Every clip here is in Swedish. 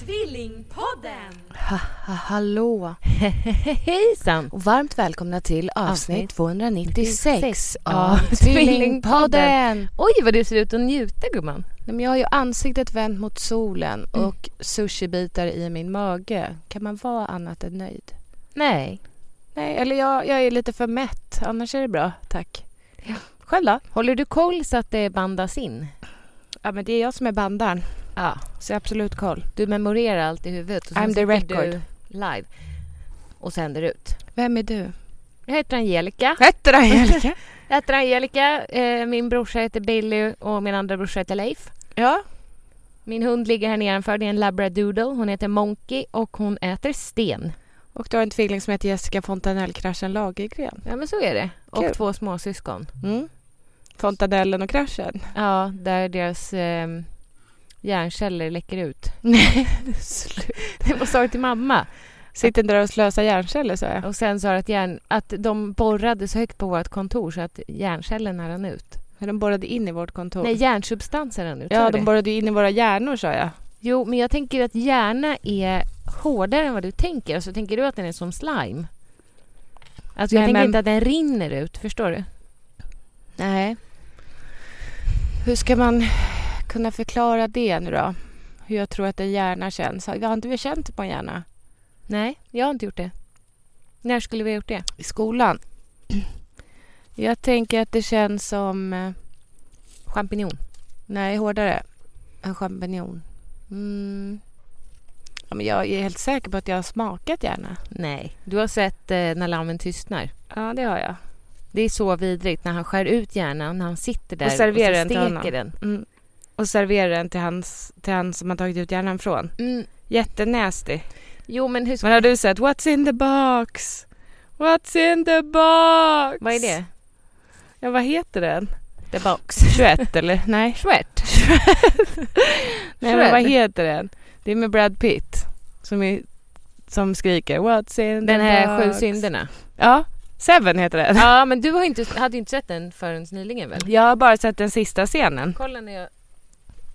Tvillingpodden! Ha, ha, hallå! Hejsan! Och varmt välkomna till avsnitt Avsnitt 296 96 av av Tvillingpodden! Oj, vad du ser ut att njuta gumman. Mm. Nej, men jag har ju ansiktet vänt mot solen och sushibitar i min mage. Kan man vara annat än nöjd? Nej. Nej, eller jag, jag är lite för mätt. Annars är det bra, tack. Själv då? Håller du koll så att det bandas in? Ja, men det är jag som är bandaren, Ja. så absolut koll. Du memorerar allt i huvudet. Och sen I'm the sitter record. Du live. Och sänder ut. Vem är du? Jag heter Angelica. Heter du Angelica? Jag heter Angelica. Eh, min brorsa heter Billy och min andra brorsa heter Leif. ja. Min hund ligger här nedanför. Det är en labradoodle. Hon heter Monkey och hon äter sten. Och du har en tvilling som heter Jessica Fontanell Kraschen Lagergren. Ja, men så är det. Och Kul. två småsyskon. Mm. Fontanellen och Kraschen. Ja, där deras eh, hjärnceller läcker ut. Nej, Vad sa du till mamma? Sitter där och slösar hjärnceller, sa jag. Och sen sa du att, hjärn, att de borrade så högt på vårt kontor så att hjärncellerna rann ut. Men de borrade in i vårt kontor. Nej, hjärnsubstansen rann ut. sa ja, du de det? borrade ju in i våra hjärnor sa jag. Jo, men jag tänker att hjärna är hårdare än vad du tänker. Så tänker du att den är som slime. Alltså jag Nej, tänker men- inte att den rinner ut, förstår du? Nej. Hur ska man kunna förklara det nu då? Hur jag tror att en hjärna känns. Har har inte vi känt på en hjärna? Nej, jag har inte gjort det. När skulle vi ha gjort det? I skolan? Jag tänker att det känns som... eh, Champinjon. Nej, hårdare. En champinjon. Mm. Ja, men jag är helt säker på att jag har smakat hjärna. Nej, du har sett eh, när lammen tystnar. Ja, det har jag. Det är så vidrigt när han skär ut hjärnan när han sitter där Och serverar så den till steker honom. den. Mm. Och serverar den till, hans, till han som har tagit ut hjärnan från. Mm. Jättenasty. Jo, men hur ska... Men har du sett What's in the box? What's in the box? Vad är det? Ja, vad heter den? The box. 21 eller? Nej. Schwert. Nej, men vad Shred. heter den? Det är med Brad Pitt som, är, som skriker What's in the Den här box? Sju synderna. Ja, Seven heter den. Ja, men du har inte, hade ju inte sett den förrän nyligen väl? Jag har bara sett den sista scenen. Kolla när jag...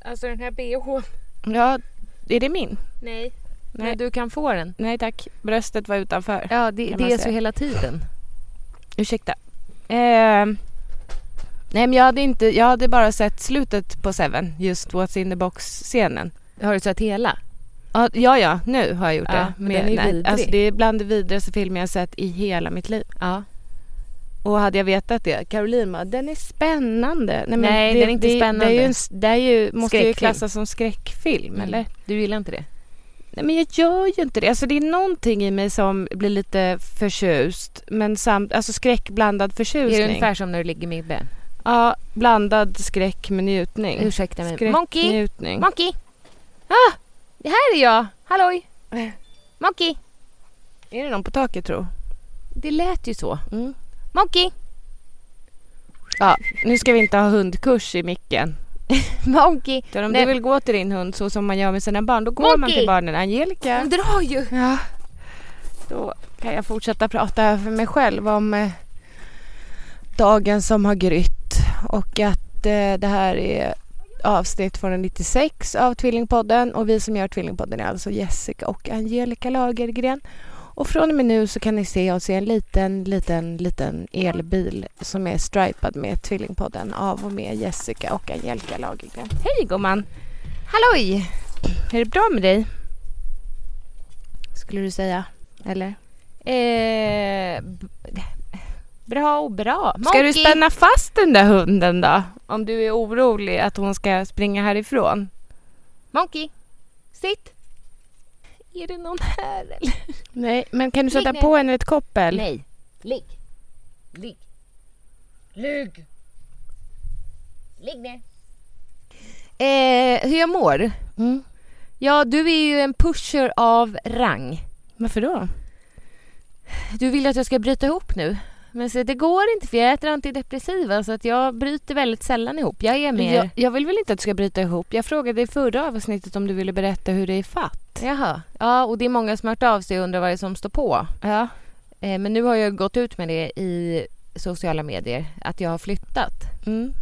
Alltså den här bh. Ja, är det min? Nej. Nej. Nej. Men du kan få den. Nej tack, bröstet var utanför. Ja, det, Kan det man är säga. så hela tiden. Ursäkta. Ehm, nej men jag hade, inte, jag hade bara sett slutet på Seven, just What's in the box-scenen. Har du sett hela? Ja, ja, ja, nu har jag gjort Ja, det. men den är ju vidrig. alltså, det är bland det vidrigaste filmer jag sett i hela mitt liv. Ja. Och hade jag vetat det, Caroline bara, den är spännande. Nej, Nej, det, den är inte det, Det, är ju, spännande. en s- det är ju, måste ju Skräckfilm. klassas som skräckfilm, eller? Mm. Du gillar inte det? Nej, men jag gör ju inte det. Alltså, det är någonting i mig som blir lite förtjust, men samt, alltså skräckblandad Det förtjusning. är ungefär som när du ligger med Ben. Ja, blandad skräck med njutning. Ursäkta mig. Skräck, Monkey! njutning. Monkey! Ah! Det här är jag! Halloj! Monkey! Eh. Är det någon på taket tro? Det lät ju så. Mm. Monkey! Ja, nu ska vi inte ha hundkurs i micken. Monkey! Utan om Nej. du vill gå till din hund så som man gör med sina barn, då går man Monkey! till barnen. Angelica. Hon drar ju! Ja. Då kan jag fortsätta prata här för mig själv om eh, dagen som har grytt och att eh, det här är avsnitt 296 av Tvillingpodden och vi som gör Tvillingpodden är alltså Jessica och Angelica Lagergren. Och från och med nu så kan ni se oss i en liten, liten, liten elbil som är stripad med Tvillingpodden av och med Jessica och Angelica Lagergren. Hej gumman! Halloj! Är det bra med dig? Skulle du säga. Eller? Eh, b- bra och bra. Ska du spänna fast den där hunden då? Om du är orolig att hon ska springa härifrån. Monkey! Sitt! Är det någon här eller? Nej, men kan du Ligg sätta ner. på henne ett koppel? Nej. Ligg. Ligg. Ligg. Ligg ner. Eh, hur jag mår? Mm. Ja, du är ju en pusher av rang. Varför då? Du vill att jag ska bryta ihop nu. Men så, det går inte för jag äter antidepressiva så att jag bryter väldigt sällan ihop. Jag är mer... Jag, jag vill väl inte att du ska bryta ihop? Jag frågade i förra avsnittet om du ville berätta hur det är fatt. Jaha. Ja, och det är många som har hört av sig och undrar vad det är som står på. Ja. Eh, men nu har jag gått ut med det i sociala medier, att jag har flyttat. Mm.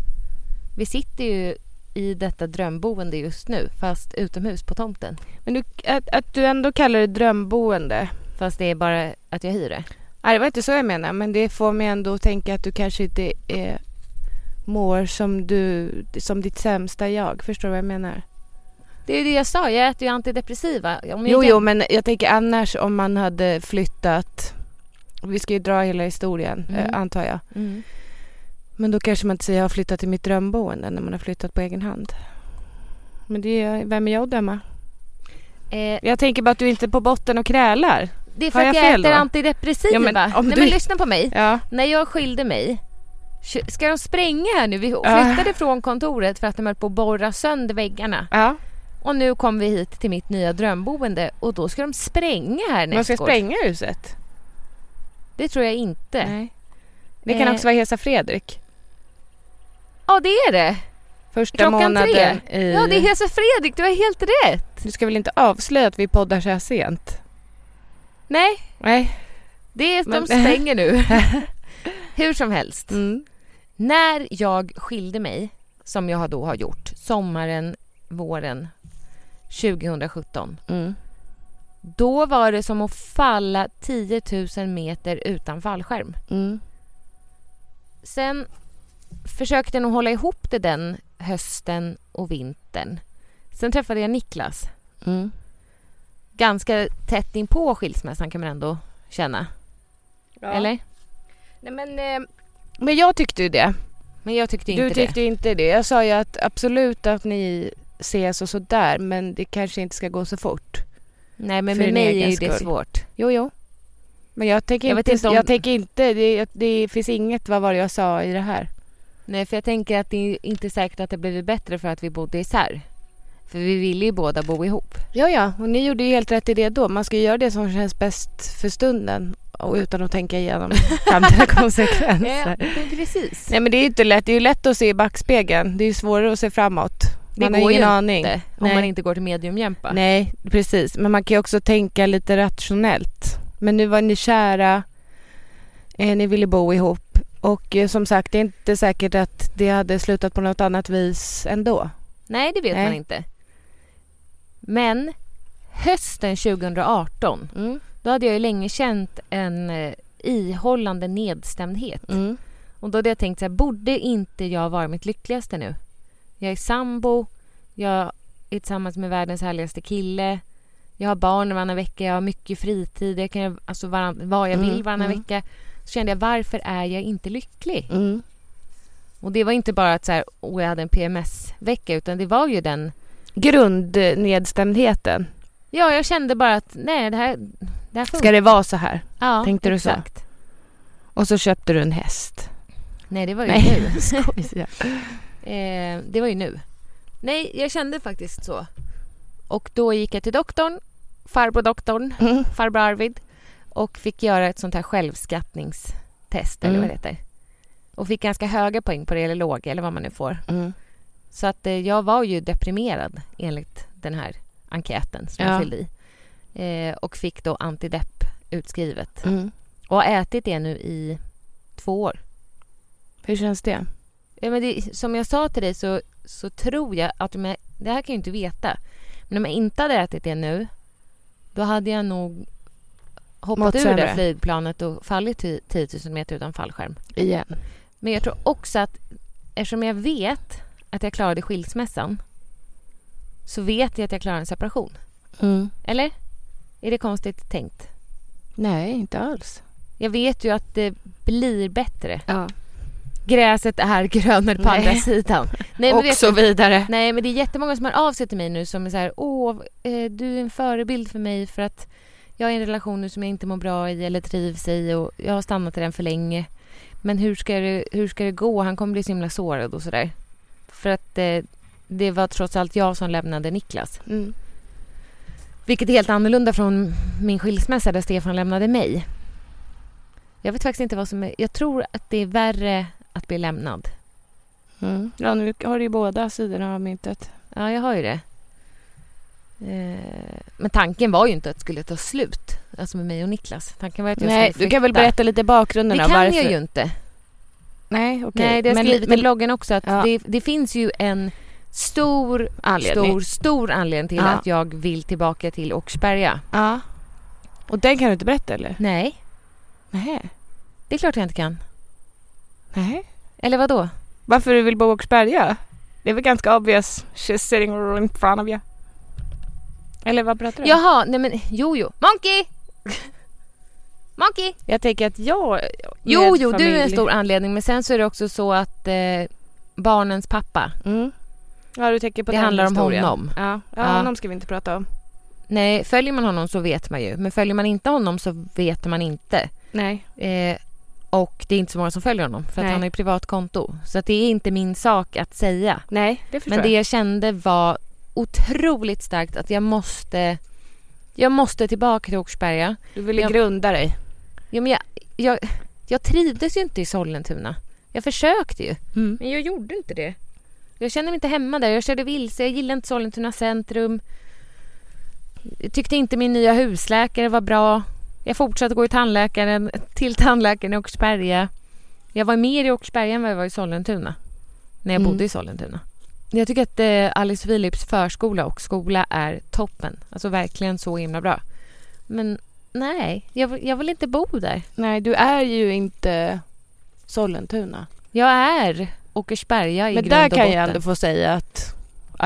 Vi sitter ju i detta drömboende just nu, fast utomhus på tomten. Men du, att, att du ändå kallar det drömboende. Fast det är bara att jag hyr det. Nej, det var inte så jag menade, men det får mig ändå att tänka att du kanske inte eh, mår som, du, som ditt sämsta jag. Förstår du vad jag menar? Det är ju det jag sa, jag äter ju antidepressiva. Om jag Jo, inte- jo, men jag tänker annars om man hade flyttat. Vi ska ju dra hela historien, Mm. eh, antar jag. Mm. Men då kanske man inte säger jag har flyttat till mitt drömboende när man har flyttat på egen hand. Men det är, vem är jag att döma? Eh, Jag tänker bara att du inte är på botten och krälar. det är för Har att jag jag, fel äter då? antidepressiva. Ja, men om Nej du- men lyssna på mig. Ja. När jag skilde mig, tj- ska de spränga här nu? Vi Ja. flyttade från kontoret för att de höll på att borra sönder väggarna. ja. Och nu kom vi hit till mitt nya drömboende och då ska de spränga här Man ska nästa år. spränga huset. Det tror jag inte. Nej. Det kan Eh. också vara Hesa Fredrik. Ja, det är det. Första Klockan månaden i... Ja, det är Hesa Fredrik. Du har helt rätt. Du ska väl inte avslöja att vi poddar så här sent? Nej, Nej. det är, Men- de stänger nu. Hur som helst. Mm. När jag skilde mig, som jag då har gjort, sommaren, våren 2017. Mm. Då var det som att falla 10 000 meter utan fallskärm. Mm. Sen försökte jag nog hålla ihop det den hösten och vintern. Sen träffade jag Niklas. Mm. Ganska tätt inpå skilsmässan kan man ändå känna. Eller? Nej, men, eh, men jag tyckte ju det. Men jag tyckte inte Du det. tyckte inte det. Jag sa ju att absolut att ni ses och sådär men det kanske inte ska gå så fort. Nej, men För med din mig är egen ju det skull. svårt. Jo, jo. Men jag tänker Jag vet inte... inte om- Jag tänker inte det, det finns inget, vad var det jag sa i det här? Nej, för jag tänker att det är inte säkert att det blev bättre för att vi bodde isär. För vi ville ju båda bo ihop. Ja, ja, och ni gjorde ju helt rätt i det då. Man ska ju göra det som känns bäst för stunden och utan att tänka igenom framtida konsekvenser. Eh, precis. Nej, men det är ju inte lätt. Det är ju lätt att se i backspegeln. Det är ju svårare att se framåt. Det Man går har ju ingen aning. inte om Nej. man inte går till mediumjämpa. Nej, precis. Men man kan ju också tänka lite rationellt. Men nu var ni kära, eh, ni ville bo ihop och eh, som sagt, det är inte säkert att det hade slutat på något annat vis ändå. Nej, det vet Nej. man inte. Men hösten 2018, Mm. då hade jag ju länge känt en eh, ihållande nedstämdhet. Mm. Och då hade jag tänkt så här, borde inte jag vara mitt lyckligaste nu? Jag är sambo, jag är tillsammans med världens härligaste kille. Jag har barn varannan vecka, jag har mycket fritid, jag kan göra alltså varann, vad jag Mm, vill varannan mm. vecka. Så kände jag, varför är jag inte lycklig? Mm. Och det var inte bara att så här, åh, jag hade en PMS-vecka, utan det var ju den... Grundnedstämdheten. Ja, jag kände bara att nej, det här, det här Ska funkar. det vara så här? Ja, tänkte du så? exakt. så? Och så köpte du en häst. Nej, det var ju Nej, nu. jag skojar. Eh, det var ju nu. Nej, jag kände faktiskt så. Och då gick jag till doktorn, farbror doktorn, Mm. farbror Arvid och fick göra ett sånt här självskattningstest eller Mm. vad det heter. Och fick ganska höga poäng på det, eller låga eller vad man nu får. Mm. Så att eh, jag var ju deprimerad enligt den här enkäten som Ja. jag fyllde i. Eh, och fick då antidepp utskrivet. Mm. Och har ätit det nu i två år. Hur känns det? Ja, men det, som jag sa till dig så, så tror jag att om jag, det här kan jag ju inte veta. Men om jag inte hade ätit det nu, då hade jag nog hoppat Mått ur det sämre. flygplanet och fallit ti- 10 000 meter utan fallskärm. igen. Men jag tror också att eftersom jag vet att jag klarade skilsmässan så vet jag att jag klarar en separation. Eller? Är det konstigt tänkt? Nej, inte alls. Jag vet ju att det blir bättre. Ja. Gräset är grönare på Nej. andra sidan. Nej, men och vet så du- vidare. Nej, men det är jättemånga som hör av sig till mig nu som är så här, åh, eh, du är en förebild för mig för att jag är i en relation nu som jag inte mår bra i eller trivs i och jag har stannat i den för länge. Men hur ska det, hur ska det gå? Han kommer bli så himla sårad och sådär. För att eh, det var trots allt jag som lämnade Niklas. Mm. Vilket är helt annorlunda från min skilsmässa där Stefan lämnade mig. Jag vet faktiskt inte vad som är... Jag tror att det är värre att bli lämnad. Mm. Ja, nu har du ju båda sidorna av myntet. Ja, jag har ju det. Eh, Men tanken var ju inte att det skulle ta slut. Alltså med mig och Niklas. Tanken var att jag Nej, skulle du kan väl flytta. berätta lite Det bakgrunden kan av varför. jag ju inte. Nej, okej. Nej, det har jag Men- skrivit i men- bloggen också. Att Ja. det, det finns ju en stor, Anledning. stor, stor anledning till Ja. att jag vill tillbaka till Åkersberga. Ja. Och den kan du inte berätta eller? Nej, Nej. det är klart jag inte kan. Nej. Eller vad då? Varför du vill bo i Åkersberga? Det är väl ganska obvious. She's sitting in front of you. Eller vad pratar du om? Jaha, nej men jo jo. Monkey! Monkey! Jag tänker att jag... Jo med jo, du är en familj- stor anledning men sen så är det också så att eh, barnens pappa, Mm. Ja, du tänker på det den handlar om historien. honom. Ja. Ja, Ja. honom ska vi inte prata om. Nej, följer man honom så vet man ju men följer man inte honom så vet man inte. Nej. Eh, och det är inte så många som följer honom för att Nej. han har ju privat konto. Så att det är inte min sak att säga. Nej, det förstår Men det jag. jag kände var otroligt starkt att jag måste, jag måste tillbaka till Åkersberga. Du ville jag- grunda dig. Jo, men jag, jag, jag trivdes ju inte i Sollentuna. Jag försökte ju, Mm. men jag gjorde inte det. Jag kände mig inte hemma där. Jag körde vilse. Jag gillade inte Sollentuna centrum. Jag tyckte inte min nya husläkare var bra. Jag fortsatte gå i tandläkaren, till tandläkaren i Åkersberga. Jag var mer i Åkersberga än vad jag var i Sollentuna. När jag Mm. bodde i Sollentuna. Jag tycker att eh, Alice Philips förskola och skola är toppen. Alltså verkligen så himla bra. Men nej, jag, vill- jag vill inte bo där. Nej, du är ju inte Sollentuna. Jag är Åkersberga i Men grund och där kan botten. jag ändå få säga att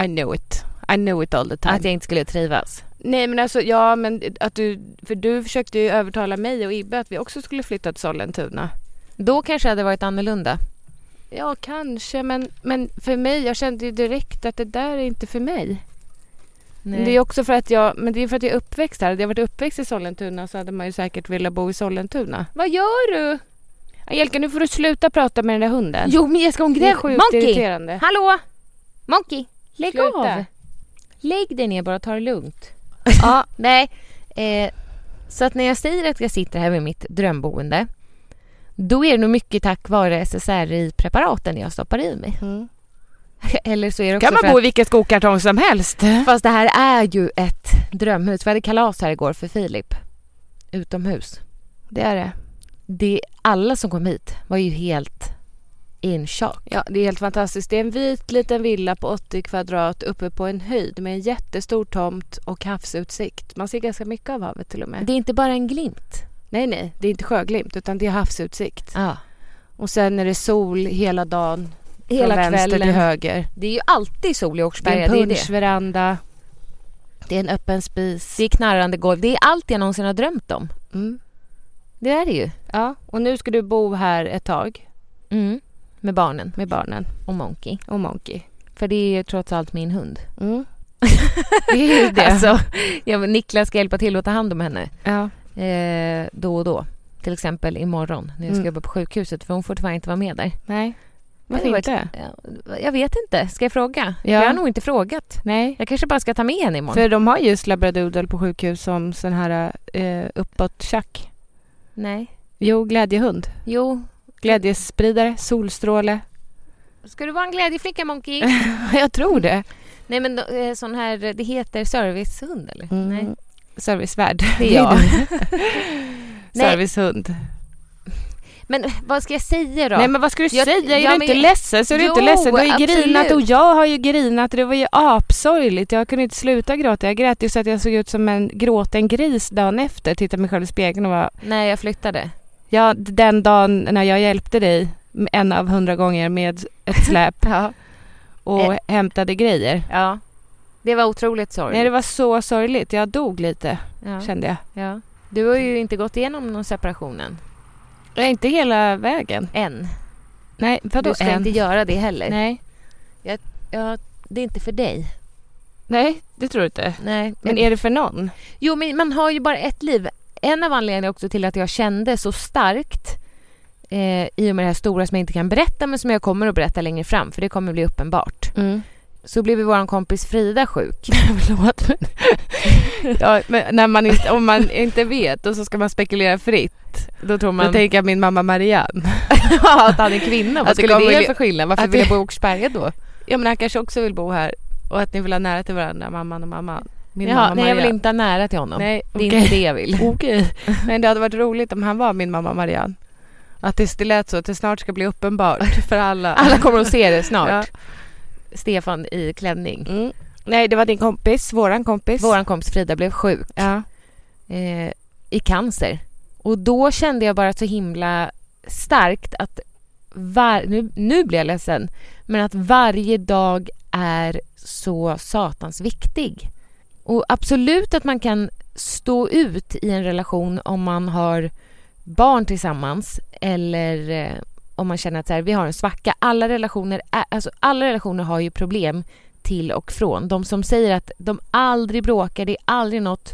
I know it. I know it all the time. Att jag inte skulle trivas. Nej men alltså ja men att du, för du försökte ju övertala mig och Ibbe att vi också skulle flytta till Sollentuna. Då kanske det hade varit annorlunda. Ja kanske men, men för mig, jag kände ju direkt att det där är inte för mig. Men Det är också för att jag, men det är för att jag är uppväxt här. Hade jag varit uppväxt i Sollentuna så hade man ju säkert velat bo i Sollentuna. Vad gör du? Angelica nu får du sluta prata med den där hunden. Jo men jag ska hon det är gräva. sjukt Monkey! irriterande. Hallå! Monkey! Lägg Sluta. av! Lägg dig ner bara och ta det lugnt. Ja, Nej. Eh, så att när jag säger att jag sitter här med mitt drömboende då är det nog mycket tack vare SSRI-preparaten jag stoppar i mig. Mm, Eller så är det också kan för man att- bo i vilken skokartong som helst. Fast det här är ju ett drömhus. Vi hade kalas här igår för Filip. Utomhus. Det är det. Det, alla som kom hit var ju helt in shock. Ja, det är helt fantastiskt. Det är en vit liten villa på 80 kvadrat uppe på en höjd med en jättestor tomt och havsutsikt. Man ser ganska mycket av havet till och med. Det är inte bara en glimt. Nej, nej, det är inte sjöglimt utan det är havsutsikt. Ja. Och sen är det sol hela dagen Hela från vänster till kvällen. höger. Det är ju alltid sol i Det är Åkersberga. en Det är, det. punschveranda. Det är en öppen spis. det är knarrande golv. Det är allt jag någonsin har drömt om. Mm. Det är det ju. Ja, och nu ska du bo här ett tag Mm. Med barnen med barnen och Monkey. och Monkey. För det är ju trots allt min hund. Mm. det är ju det. Alltså, ja, men Niklas ska hjälpa till att ta hand om henne. ja. eh, då och då. Till exempel imorgon när jag ska Mm. jobba på sjukhuset för hon får tyvärr inte vara med där. Nej. Det Varför var inte? Ja, Jag vet inte. Ska jag fråga? Ja. Jag har nog inte frågat. Nej. Jag kanske bara ska ta med henne imorgon. För de har just labradoodle på sjukhus som sån här eh, uppåttjack. Nej. Jo, glädjehund. Jo. Glädjespridare, solstråle. Ska du vara en glädjeflicka, Monkey? Jag tror det. Nej, men eh, sån här... Det heter servicehund, eller? Mm. Nej. Servicevärd. Det är jag. Nej. Servicehund. Men vad ska jag säga då? Nej men vad ska du Jag- säga? Är ja, du men- inte ledsen så är du Jo, inte ledsen. Du har ju grinat och absolut. jag har ju grinat och det var ju apsorgligt. Jag kunde inte sluta gråta. Jag grät ju så att jag såg ut som en gråten gris dagen efter. Tittade mig själv i spegeln och var Nej, jag flyttade. ja, den dagen när jag hjälpte dig en av hundra gånger med ett släp Ja. och hämtade grejer. ja. Det var otroligt sorgligt. Nej det var så sorgligt. Jag dog lite ja. kände jag. Ja. Du har ju inte gått igenom någon separationen Nej, inte hela vägen. än. Nej vadå du ska en? inte göra det heller. Nej. Ja, det är inte för dig. Nej det tror du inte. Nej. Men är det för någon? Jo, men man har ju bara ett liv. En av anledningarna också till att jag kände så starkt eh, i och med det här stora som jag inte kan berätta men som jag kommer att berätta längre fram för det kommer bli uppenbart. Mm. Så blev ju vår kompis Frida sjuk. Förlåt. ja, men när man inte, om man inte vet och så ska man spekulera fritt. Då tror Då tänker jag min mamma Marianne. att han är kvinna. Vad Att det skulle det kommer göra bli- för skillnad? Varför att vill det- jag bo i Åkersberga då? Ja men han kanske också vill bo här och att ni vill ha nära till varandra mamman och mamman. Min Jaha, mamma nej, jag vill Marianne. inte ha nära till honom. Nej, Det är okej. inte det jag vill. Okej. Men det hade varit roligt om han var min mamma Marianne. Att det det lät så att det snart ska bli uppenbart för alla. Alla kommer att se det snart. Ja. Stefan i klänning. Mm. Nej det var din kompis, våran kompis. Vår kompis Frida blev sjuk Ja. eh, i cancer. Och då kände jag bara så himla starkt att var, nu, nu blir jag ledsen, men att varje dag är så satans viktig. Och absolut att man kan stå ut i en relation om man har barn tillsammans eller eh, om man känner att så här, vi har en svacka. Alla relationer, är, alltså alla relationer har ju problem till och från. De som säger att de aldrig bråkar, det är aldrig något.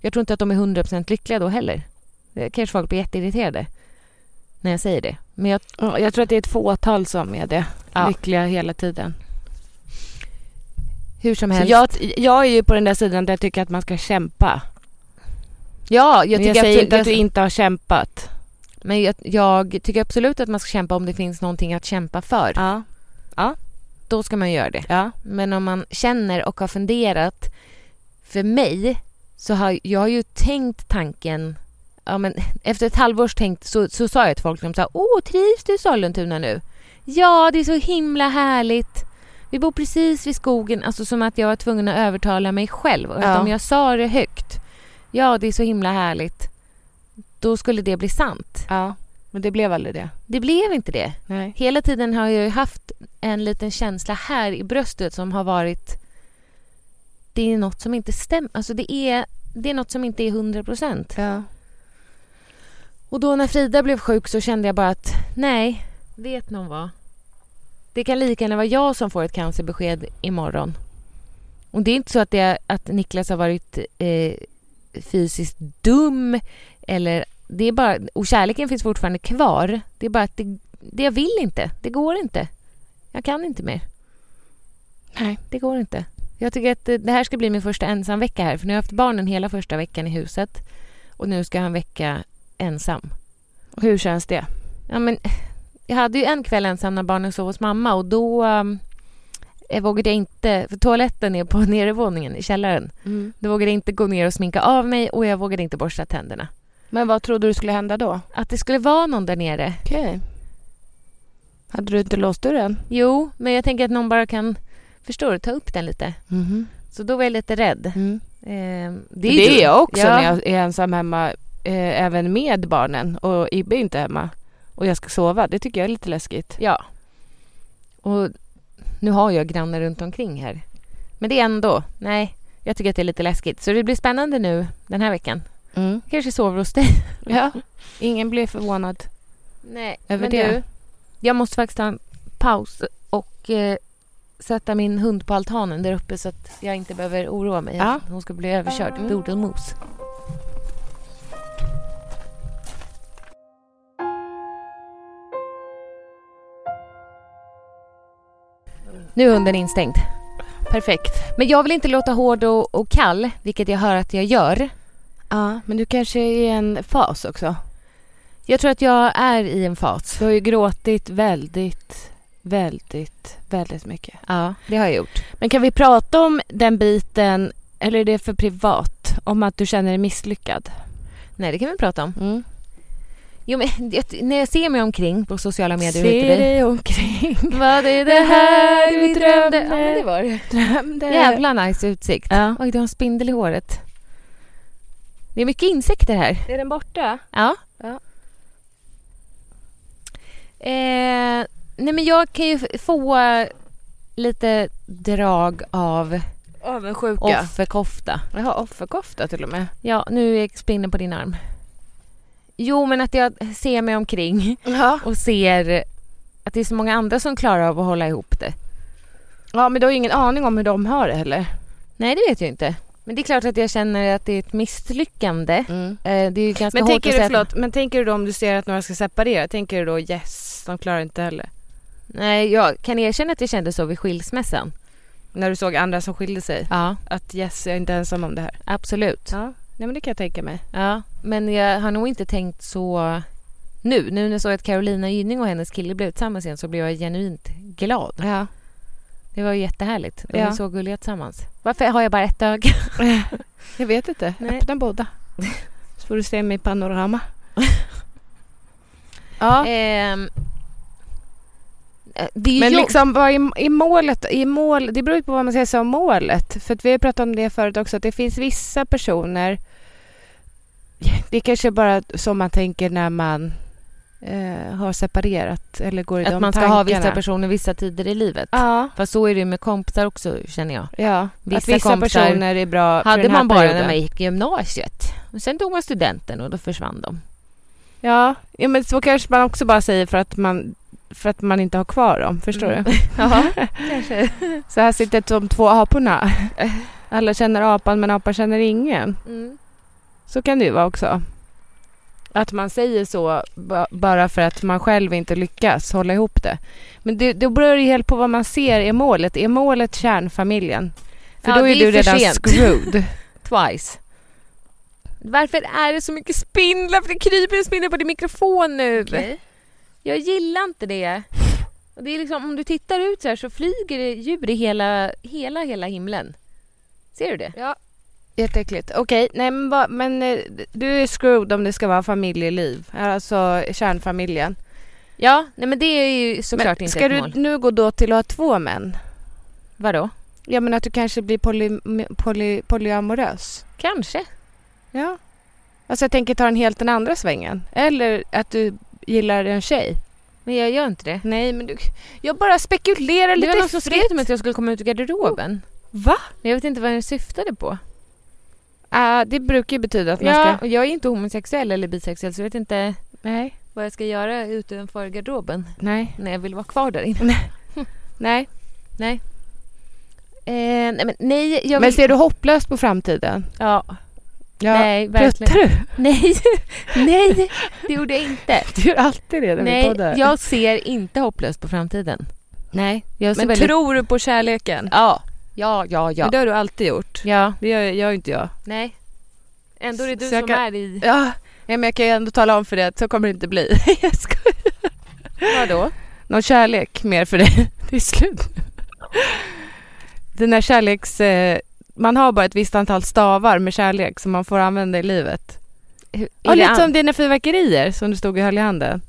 Jag tror inte att de är 100% lyckliga då heller. Det kanske folk blir jätteirriterade när jag säger det. Men jag, Ja, Jag tror att det är ett fåtal som är det. Ja. Lyckliga hela tiden. hur som Så helst. jag, jag är ju på den där sidan där jag tycker att man ska kämpa. ja, Jag, jag men jag tycker säger absolut- inte att du jag- inte har kämpat. Men jag, jag tycker absolut att man ska kämpa om det finns någonting att kämpa för. Ja. Då ska man göra det. ja. Men om man känner och har funderat, för mig så har jag har ju tänkt tanken Ja, men efter ett halvårs tänkt så, så sa jag till folk de sa Åh, trivs du i Sollentuna nu? Ja, det är så himla härligt. Vi bor precis vid skogen. Alltså som att jag var tvungen att övertala mig själv. Och att Ja. om jag sa det högt, ja det är så himla härligt, då skulle det bli sant. ja. Men det blev aldrig det. Det blev inte det. Nej. Hela tiden har jag ju haft en liten känsla här i bröstet som har varit... Det är något som inte stämmer. Alltså det är, det är något som inte är 100 procent. Ja. Och då när Frida blev sjuk så kände jag bara att nej, vet någon vad? Det kan lika gärna vara jag som får ett cancerbesked imorgon. Och det är inte så att, det, att Niklas har varit eh, fysiskt dum eller det är bara, och kärleken finns fortfarande kvar. Det är bara att det, det jag vill inte. Det går inte. Jag kan inte mer. Nej. Det går inte. Jag tycker att eh, det här ska bli min första ensamvecka här. För nu har jag haft barnen hela första veckan i huset. Och nu ska jag ha en vecka ensam. Och hur känns det? Ja, men, jag hade ju en kväll ensam när barnen sov hos mamma och då um, eh, vågade jag inte, för toaletten är på nedervåningen i källaren. Mm. Då vågade jag inte gå ner och sminka av mig och jag vågade inte borsta tänderna. Men vad trodde du skulle hända då? Att det skulle vara någon där nere. Okej. Hade du inte låst dörren? Jo, men jag tänker att någon bara kan, förstår du, ta upp den lite. Mm. Så då var jag lite rädd. Mm. Ehm, Det, är det ju- är jag också Ja. när jag är ensam hemma, eh, även med barnen och Ibbe är inte hemma och jag ska sova. Det tycker jag är lite läskigt. Ja. Och nu har jag grannar runt omkring här. Men det är ändå, nej, jag tycker att det är lite läskigt. Så det blir spännande nu den här veckan. Jag kanske sover hos dig. Ja. Mm. Ingen blir förvånad. Nej, Över men det. du. Jag måste faktiskt ta en paus och eh, sätta min hund på altanen där uppe så att jag inte behöver oroa mig. Ja. Hon ska bli överkörd. Mm. Dodelmos. Nu är hunden instängd. Perfekt. Men jag vill inte låta hård och, och kall, vilket jag hör att jag gör. Ja, men du kanske är i en fas också. Jag tror att jag är i en fas. Du har ju gråtit väldigt, väldigt, väldigt mycket. Ja, det har jag gjort. Men kan vi prata om den biten, eller är det för privat, om att du känner dig misslyckad? Mm. Nej, det kan vi prata om. Jo, men, jag, när jag ser mig omkring på sociala medier och Se hittar dig. dig omkring. Vad är det här vi drömde? Ja, men det var det. Drömde. Jävla nice utsikt. Ja. Oj, du har en spindel i håret. Det är mycket insekter här. Är den borta? Ja. Ja. Eh, nej men jag kan ju f- få lite drag av Avundsjuka. Off. offerkofta. Jaha, offerkofta till och med. Ja, nu är spindeln på din arm. Jo, men att jag ser mig omkring Ja. och ser att det är så många andra som klarar av att hålla ihop det. ja, men du har ju ingen aning om hur de har det heller. Nej, det vet jag inte. Men det är klart att jag känner att det är ett misslyckande. Mm. Eh, det är ju ganska Men hårt tänker, att du, säga att- förlåt, men tänker du då om du ser att några ska separera, tänker du då yes, de klarar inte heller? Nej, jag kan erkänna att jag kände så vid skilsmässan. När du såg andra som skilde sig? Ja, Att yes, jag är inte ensam om det här. absolut. Ja, nej men det kan jag tänka mig. Ja, men jag har nog inte tänkt så nu. Nu när jag såg att Carolina Gynning och hennes kille blev tillsammans igen så blev jag genuint glad. Ja. Det var ju jättehärligt. De Ja. är så gulliga tillsammans. Varför har jag bara ett öga? Jag vet inte, Nej. öppna båda. Så får du se mig i panorama. ja. Ehm, eh, det är ju Men jobb- liksom vad är, är målet? Är mål, det beror ju på vad man säger som målet. För att vi har ju pratat om det förut också, att det finns vissa personer. Det är kanske bara som man tänker när man eh, har separerat eller går i de att man ska tankarna. ha vissa personer vissa tider i livet. Ja, Fast så är det ju med kompisar också känner jag. ja. att Vissa vissa kompisar personer är bra för Hade den här man bara perioden. när man gick i gymnasiet. Och sen tog man studenten och då försvann de. Ja. ja, men så kanske man också bara säger för att man, för att man inte har kvar dem. Förstår Mm. du? Ja, kanske. Så här sitter de två aporna. Alla känner apan men apan känner ingen. Mm. Så kan det ju vara också. Att man säger så ba- bara för att man själv inte lyckas hålla ihop det. Men det, då beror det helt på vad man ser är målet. Är målet kärnfamiljen? För Ja, då är, det är för du redan sent. screwed. Twice. Varför är det så mycket spindlar? För det kryper en spindel på din mikrofon nu. Jag gillar inte det. Och det är liksom, om du tittar ut så här så flyger det djur i hela, hela, hela himlen. Ser du det? Ja. Jätteäckligt. Okej, nej men, vad- men eh, du är screwed om det ska vara familjeliv. Alltså kärnfamiljen. Ja, nej men det är ju såklart men inte ska ett du mål. nu gå då till att ha två män? Vadå? Ja men att du kanske blir poly, poly, polyamorös. Kanske. Ja. Alltså jag tänker ta den helt den andra svängen. Eller att du gillar en tjej. Men jag gör inte det. Nej, men du... Jag bara spekulerar Det lite var någon som skrev fritt. till mig att jag skulle komma ut ur garderoben. Va? Men jag vet inte vad den syftade på. Ah, det brukar ju betyda att man Ja, ska... och jag är inte homosexuell eller bisexuell så jag vet inte Nej. vad jag ska göra utanför garderoben Nej. när jag vill vara kvar där inne. Nej. Eh, nej, men nej, jag vill... Men ser du hopplöst på framtiden? ja, Ja. Nej, verkligen. Pruttar du? Nej, nej, det gjorde jag inte. Du gör alltid det när vi Nej, poddar. jag ser inte hopplöst på framtiden. Nej. Jag ser Men väldigt... tror du på kärleken? Ja, ja, ja, ja. Det har du alltid gjort. Ja, Det gör, gör ju inte jag. nej. Ändå är det du Så jag som kan- är i... Ja. Nej, men jag kan ju ändå tala om för dig att så kommer det inte bli. Jag skojar. Vadå? någon kärlek mer för dig. Det är slut. Den här kärleks... eh, Man har bara ett visst antal stavar med kärlek som man får använda i livet. Hur, Ja, är det lite an- som dina fyrverkerier som du stod och höll i handen.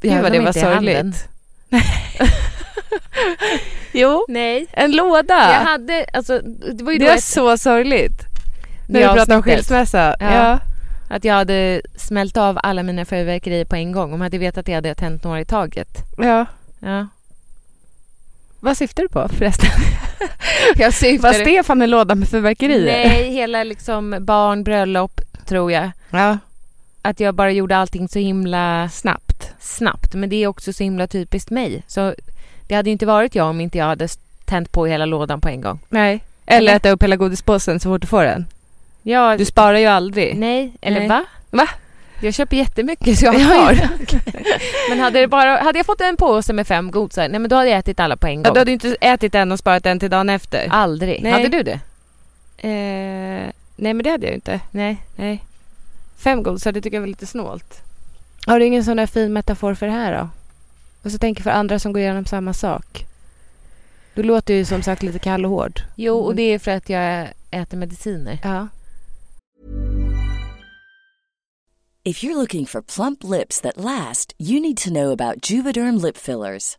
Jag Gud höll vad det dem var inte i handen. sorgligt. Jo, Nej. en låda. Jag hade, alltså, det var ju Ah. Det då var ett- så sorgligt. det När du pratade om avsnittet. skilsmässa. Ja. Ja. Att jag hade smält av alla mina fyrverkerier på en gång. Om jag hade vetat att jag hade tänt några i taget. ja. Ja. Vad syftar du på förresten? Jag Var syftade... Stefan en låda med fyrverkerier? Nej, hela liksom barn, bröllop, tror jag. Ja. Att jag bara gjorde allting så himla Snabbt. snabbt. Men det är också så himla typiskt mig. Så det hade ju inte varit jag om inte jag hade tänt på hela lådan på en gång. Nej. Eller äta upp hela godispåsen så fort du får den. Ja, Du sparar ju aldrig. nej, eller Nej. va? Va? Jag köper jättemycket så jag Ja, har. men hade, det bara, hade jag fått en påse med fem godisar, nej men då hade jag ätit alla på en Ja, gång. du hade ju inte ätit en och sparat en till dagen efter. Aldrig. Nej. Hade du det? Eh, nej, men det hade jag ju inte. Nej. Nej. Fem godisar, det tycker jag var lite snålt. Har du ingen sån där fin metafor för det här då? Och så tänker för andra som går igenom samma sak. Du låter ju som sagt lite kall och hård. Jo, och Mm. det är för Eh, att jag äter mediciner. Ja. If you're looking for plump lips that last, you need to know about Juvederm lip fillers.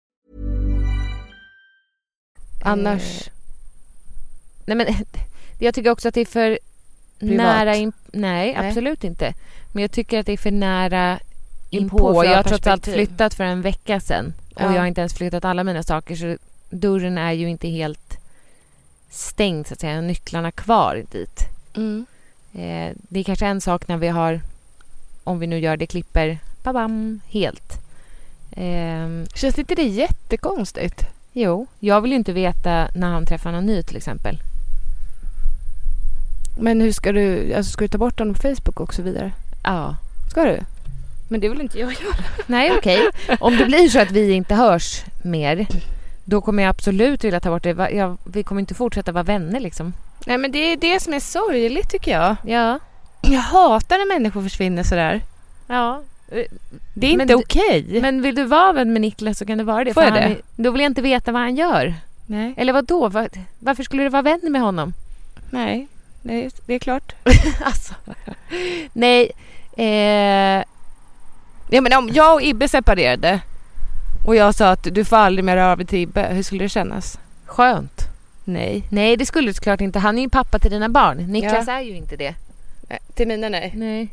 Annars, Nej, men, jag tycker också att det är för Privat. nära... In, nej, Nej. absolut inte. Men jag tycker att det är för nära Inpå inpå. för Jag har trots allt perspektiv. flyttat för en vecka sedan. Och Ja. jag har inte ens flyttat alla mina saker. Så dörren är ju inte helt stängd, så att säga. Jag har Nycklarna kvar dit. mm. Eh, det är kanske en sak när vi har... Om vi nu gör det, klipper babam, helt. Ehm, känns inte det jättekonstigt? jo, jag vill ju inte veta när han träffar någon ny till exempel. Men hur ska du, alltså ska du ta bort honom på Facebook och så vidare? Ja. Ska du? Men det vill inte jag göra. Nej, okej. Om det blir så att vi inte hörs mer, då kommer jag absolut vilja ta bort det. Va- Jag, vi kommer inte fortsätta vara vänner liksom. Nej men det är det som är sorgligt tycker jag. Ja. Jag hatar när människor försvinner sådär. ja. Det är Eh, Men inte du- okej. Men vill du vara vän med Niklas så kan du vara det. Får för jag han det? är- Då vill jag inte veta vad han gör. Nej. Eller vad då? Va, varför skulle du vara vän med honom? Nej. Nej, det är klart. alltså. Nej. Eh, Ja, men om jag och Ibbe separerade och jag sa att du får aldrig mer höra av dig till Ibbe, hur skulle det kännas? skönt. Nej. Nej, det skulle du såklart inte. Han är ju pappa till dina barn. Niklas är ju inte det. Till mina nej. Nej.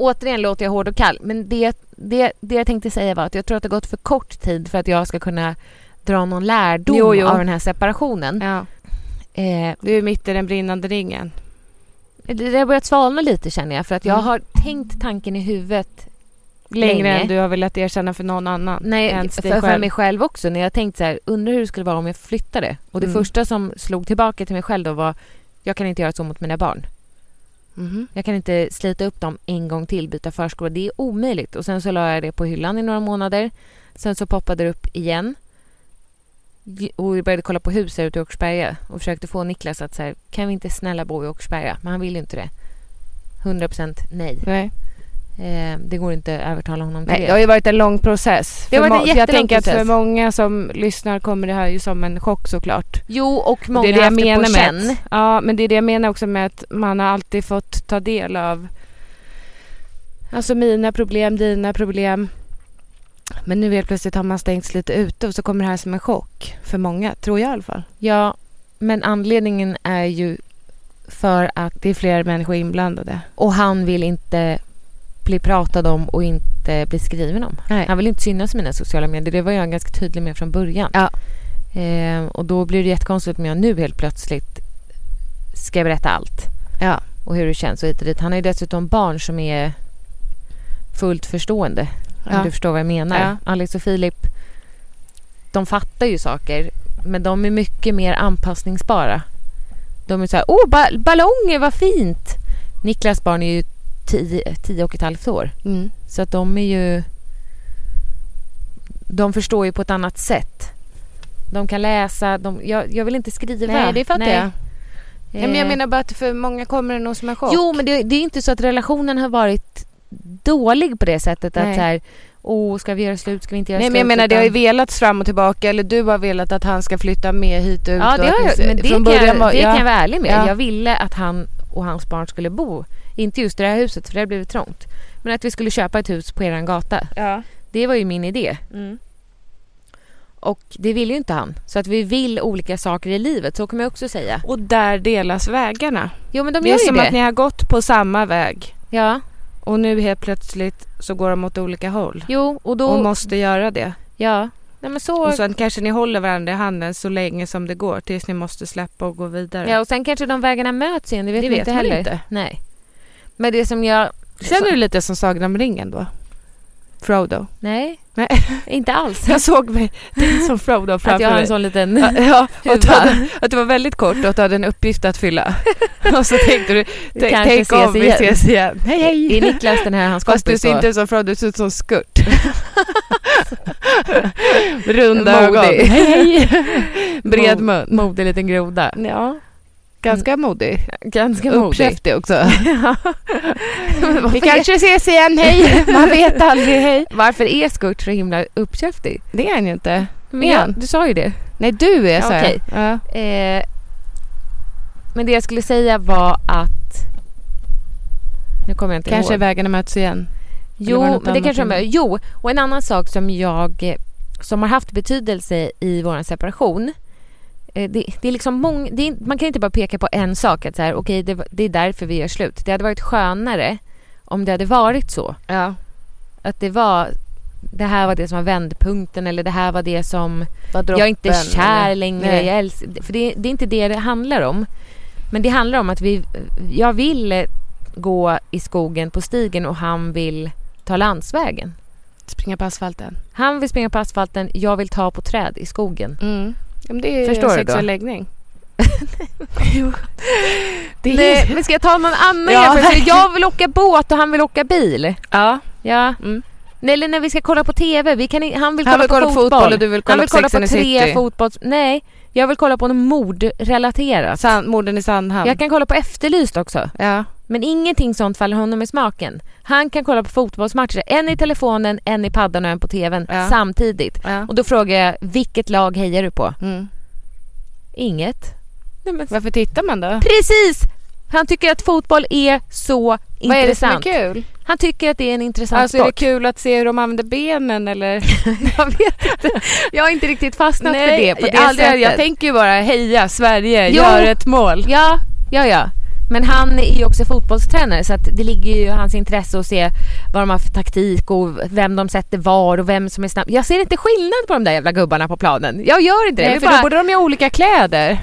Återigen låter jag hård och kall, men det, det, det jag tänkte säga var att jag tror att det har gått för kort tid för att jag ska kunna dra någon lärdom Jo, jo. av den här separationen. Ja. Eh, Du är mitt i den brinnande ringen. det har börjat svalna lite känner jag, för att jag Mm. har tänkt tanken i huvudet Längre Länge. än du har velat erkänna för någon annan. Nej, ens för, dig för själv. mig själv också. När jag tänkte så här, undrar hur det skulle vara om jag flyttade. Och det Mm. första som slog tillbaka till mig själv då var, jag kan inte göra så mot mina barn. Mhm. Jag kan inte slita upp dem en gång till, byta förskola. Det är omöjligt. Och sen så la jag det på hyllan i några månader. Sen så poppade det upp igen. J- Och jag började kolla på hus här ute i Åkersberga och försökte få Niklas att så här, kan vi inte snälla bo i Åkersberga? Men han vill ju inte det. 100% nej. Nej. Eh, det går inte att övertala honom till Nej, det det. har ju varit en lång process. Det har För varit en må- för jag jättelång tänker att för process. många som lyssnar kommer det här ju som en chock såklart. Jo, och många det är det har jag haft det menar på med känn. att, Ja, men det är det jag menar också med att man har alltid fått ta del av alltså mina problem, dina problem. Men nu helt plötsligt har man stängts lite ute och så kommer det här som en chock för många, tror jag i alla fall. Ja, men anledningen är ju för att Det är fler människor inblandade. och han vill inte bli pratad om och inte bli skriven om. Nej. Han vill inte synas i mina sociala medier. Det var jag ganska tydlig med från början. Ja. Ehm, och då blir det jättekonstigt om jag nu helt plötsligt ska berätta allt. Ja. och hur det känns och hit och dit. Han har ju dessutom barn som är fullt förstående. Ja. Om du förstår vad jag menar. Ja. Alex och Filip, de fattar ju saker men de är mycket mer anpassningsbara. De är så här, åh ba- ballonger vad fint! Niklas barn är ju tio, tio och ett halvt år. Mm. Så att de är ju... De förstår ju på ett annat sätt. De kan läsa. De, jag, jag vill inte skriva. Nej, det fattar Nej. jag. Nej, men jag Eh, menar bara att för många kommer det nog som en chock. Jo, men det, det är inte så att relationen har varit dålig på det sättet. Nej. Att så här, åh, ska vi göra slut? Ska vi inte göra Nej slut? men jag menar det Utan- har ju velats fram och tillbaka eller du har velat att han ska flytta med hit och ut. Ja, och det att ni har ska- jag, men det, från kan början jag, var- det ja. kan jag vara ärlig med. Ja. Jag ville att han och hans barn skulle bo, inte just i det här huset för det hade blivit trångt, men att vi skulle köpa ett hus på eran gata. Ja. Det var ju min idé. Mm. Och det vill ju inte han. Så att vi vill olika saker i livet, så kan jag också säga. Och där delas vägarna. Jo men de det gör är ju som det. att ni har gått på samma väg Ja, och nu helt plötsligt så går de åt olika håll jo och då... och måste göra det. ja. Nej, men så... Och sen kanske ni håller varandra i handen så länge som det går tills ni måste släppa och gå vidare. ja, och sen kanske de vägarna möts igen, det vet Det vi vet inte man heller. inte. Nej. Men det som jag... Sen är det lite som Sagan om ringen då. Frodo. Nej, Nej. inte alls. Jag såg mig det är som Frodo framför Att jag har mig. en sån liten... Ja, ja och att, du Huva. hade, att det var väldigt kort och att du hade en uppgift att fylla. Och så tänkte du, Vi tänk, kanske tänk om ses vi igen. ses igen. Hej hej! Är Niklas den här hans Fast du kompis ser då? inte ut som Frodo, du ser ut som Skurt. Runda Modig. ögon. Hej hej! Bred Mo- mun. Modig liten groda. Ja. Ganska Mm. modig. Ganska modig. Uppkäftig också. varför- vi kanske ses igen, hej! Man vet aldrig, hej. Varför är Skurt så himla uppkäftig? Det är han ju inte. Men Är jag, han? du sa ju det. Nej, du är Ja, så här. okej. Ja. Eh, men det jag skulle säga var att... Nu kommer jag inte Kanske ihåg. vägarna möts igen. Jo, var det något men det annat kanske de innan? Jo, och en annan sak som jag eh, som har haft betydelse i vår separation. eh, Det, det är liksom mång, det är, in- man kan inte bara peka på en sak. Att så här, okej, det, var- det är därför vi gör slut. Det hade varit skönare om det hade varit så. Ja. Att det var det här var det som var vändpunkten eller det här var det som jag är inte Droppen, kär eller? längre. Nej. Jag älsk- för det, det är inte det det handlar om. Men det handlar om att vi, jag vill eh, gå i skogen på stigen och han vill ta landsvägen. Springa på asfalten. Han vill springa på asfalten, jag vill ta på träd i skogen. Mm. Ja, men det är Förstår Förstår du sexuell då? läggning. jo. Det är... Nej, men ska jag ta någon annan Ja, jämförelse? verkligen. Jag vill åka båt och han vill åka bil. Ja. Ja. Mm. Nej, eller när vi ska kolla på TV. Vi kan, i- han vill kolla, Han vill på, kolla på fotboll. fotboll och du vill kolla han vill på kolla Sex på and the tre City. fotbolls... Nej, jag vill kolla på något mordrelaterat. San, morden i Sandhamn. Jag kan kolla på Efterlyst också. Ja. Men ingenting sånt faller honom i smaken. Han kan kolla på fotbollsmatcher. En i telefonen, en i paddan och en på TVn Ja. samtidigt. ja. Och då frågar jag, vilket lag hejar du på? Mm. Inget. Varför tittar man då? Precis! Han tycker att fotboll är så Vad är det som är intressant. kul? Han tycker att det är en intressant Alltså är det sport. kul att se hur de använder benen eller? jag vet inte. Jag har inte riktigt fastnat för det på det aldrig. sättet. alltså, Jag tänker ju bara heja Sverige, Jo. gör ett mål. Ja, ja, ja. Men han är ju också fotbollstränare så att det ligger ju i hans intresse att se vad de har för taktik och vem de sätter var och vem som är snabb. Jag ser inte skillnad på de där jävla gubbarna på planen. Jag gör inte det. Nej, Jag för vill bara, då borde de ju ha olika kläder.